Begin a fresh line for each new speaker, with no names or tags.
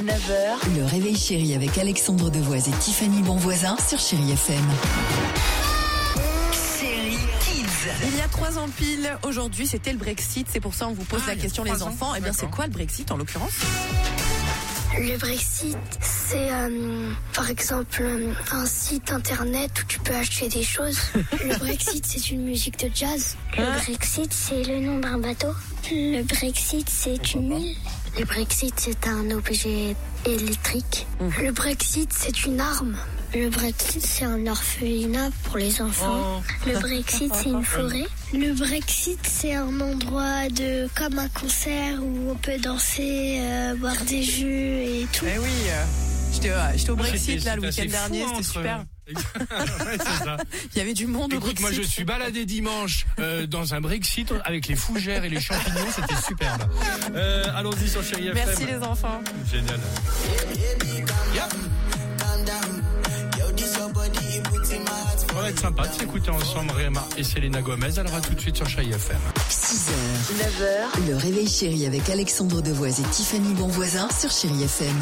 9h,
Le réveil chéri avec Alexandre Devoise et Tiffany Bonvoisin sur Chéri FM.
série Kids.
Il y a trois ans pile, aujourd'hui c'était le Brexit, c'est pour ça qu'on vous pose la question les enfants. Eh bien c'est quoi le Brexit en l'occurrence
Le Brexit, c'est euh, par exemple euh, un site internet où tu peux acheter des choses. Le Brexit, c'est une musique de jazz. Le Brexit, c'est le nom d'un bateau. Le Brexit, c'est une île. Le Brexit, c'est un objet électrique. Le Brexit, c'est une arme. Le Brexit, c'est un orphelinat pour les enfants. Le Brexit, c'est une forêt. Le Brexit, c'est un endroit de comme un concert où on peut danser, euh, boire des jus et tout.
Eh oui, euh, j'étais euh, j'étais au Brexit
C'était-
là le
c'était
week-end
assez
dernier,
fou,
c'était super.
hein, entre- Ouais, c'est ça.
Il y avait du monde au Brexit.
Écoute, moi je suis baladé dimanche euh, dans un Brexit avec les fougères et les champignons, c'était superbe. Euh, Allons-y sur Chéri FM.
Merci les enfants.
Génial. On va être sympa de s'écouter ensemble Réma et Selena Gomez. Elle aura tout de suite sur Chéri FM.
6h,
9h,
le réveil chéri avec Alexandre Devoise et Tiffany Bonvoisin sur Chéri FM.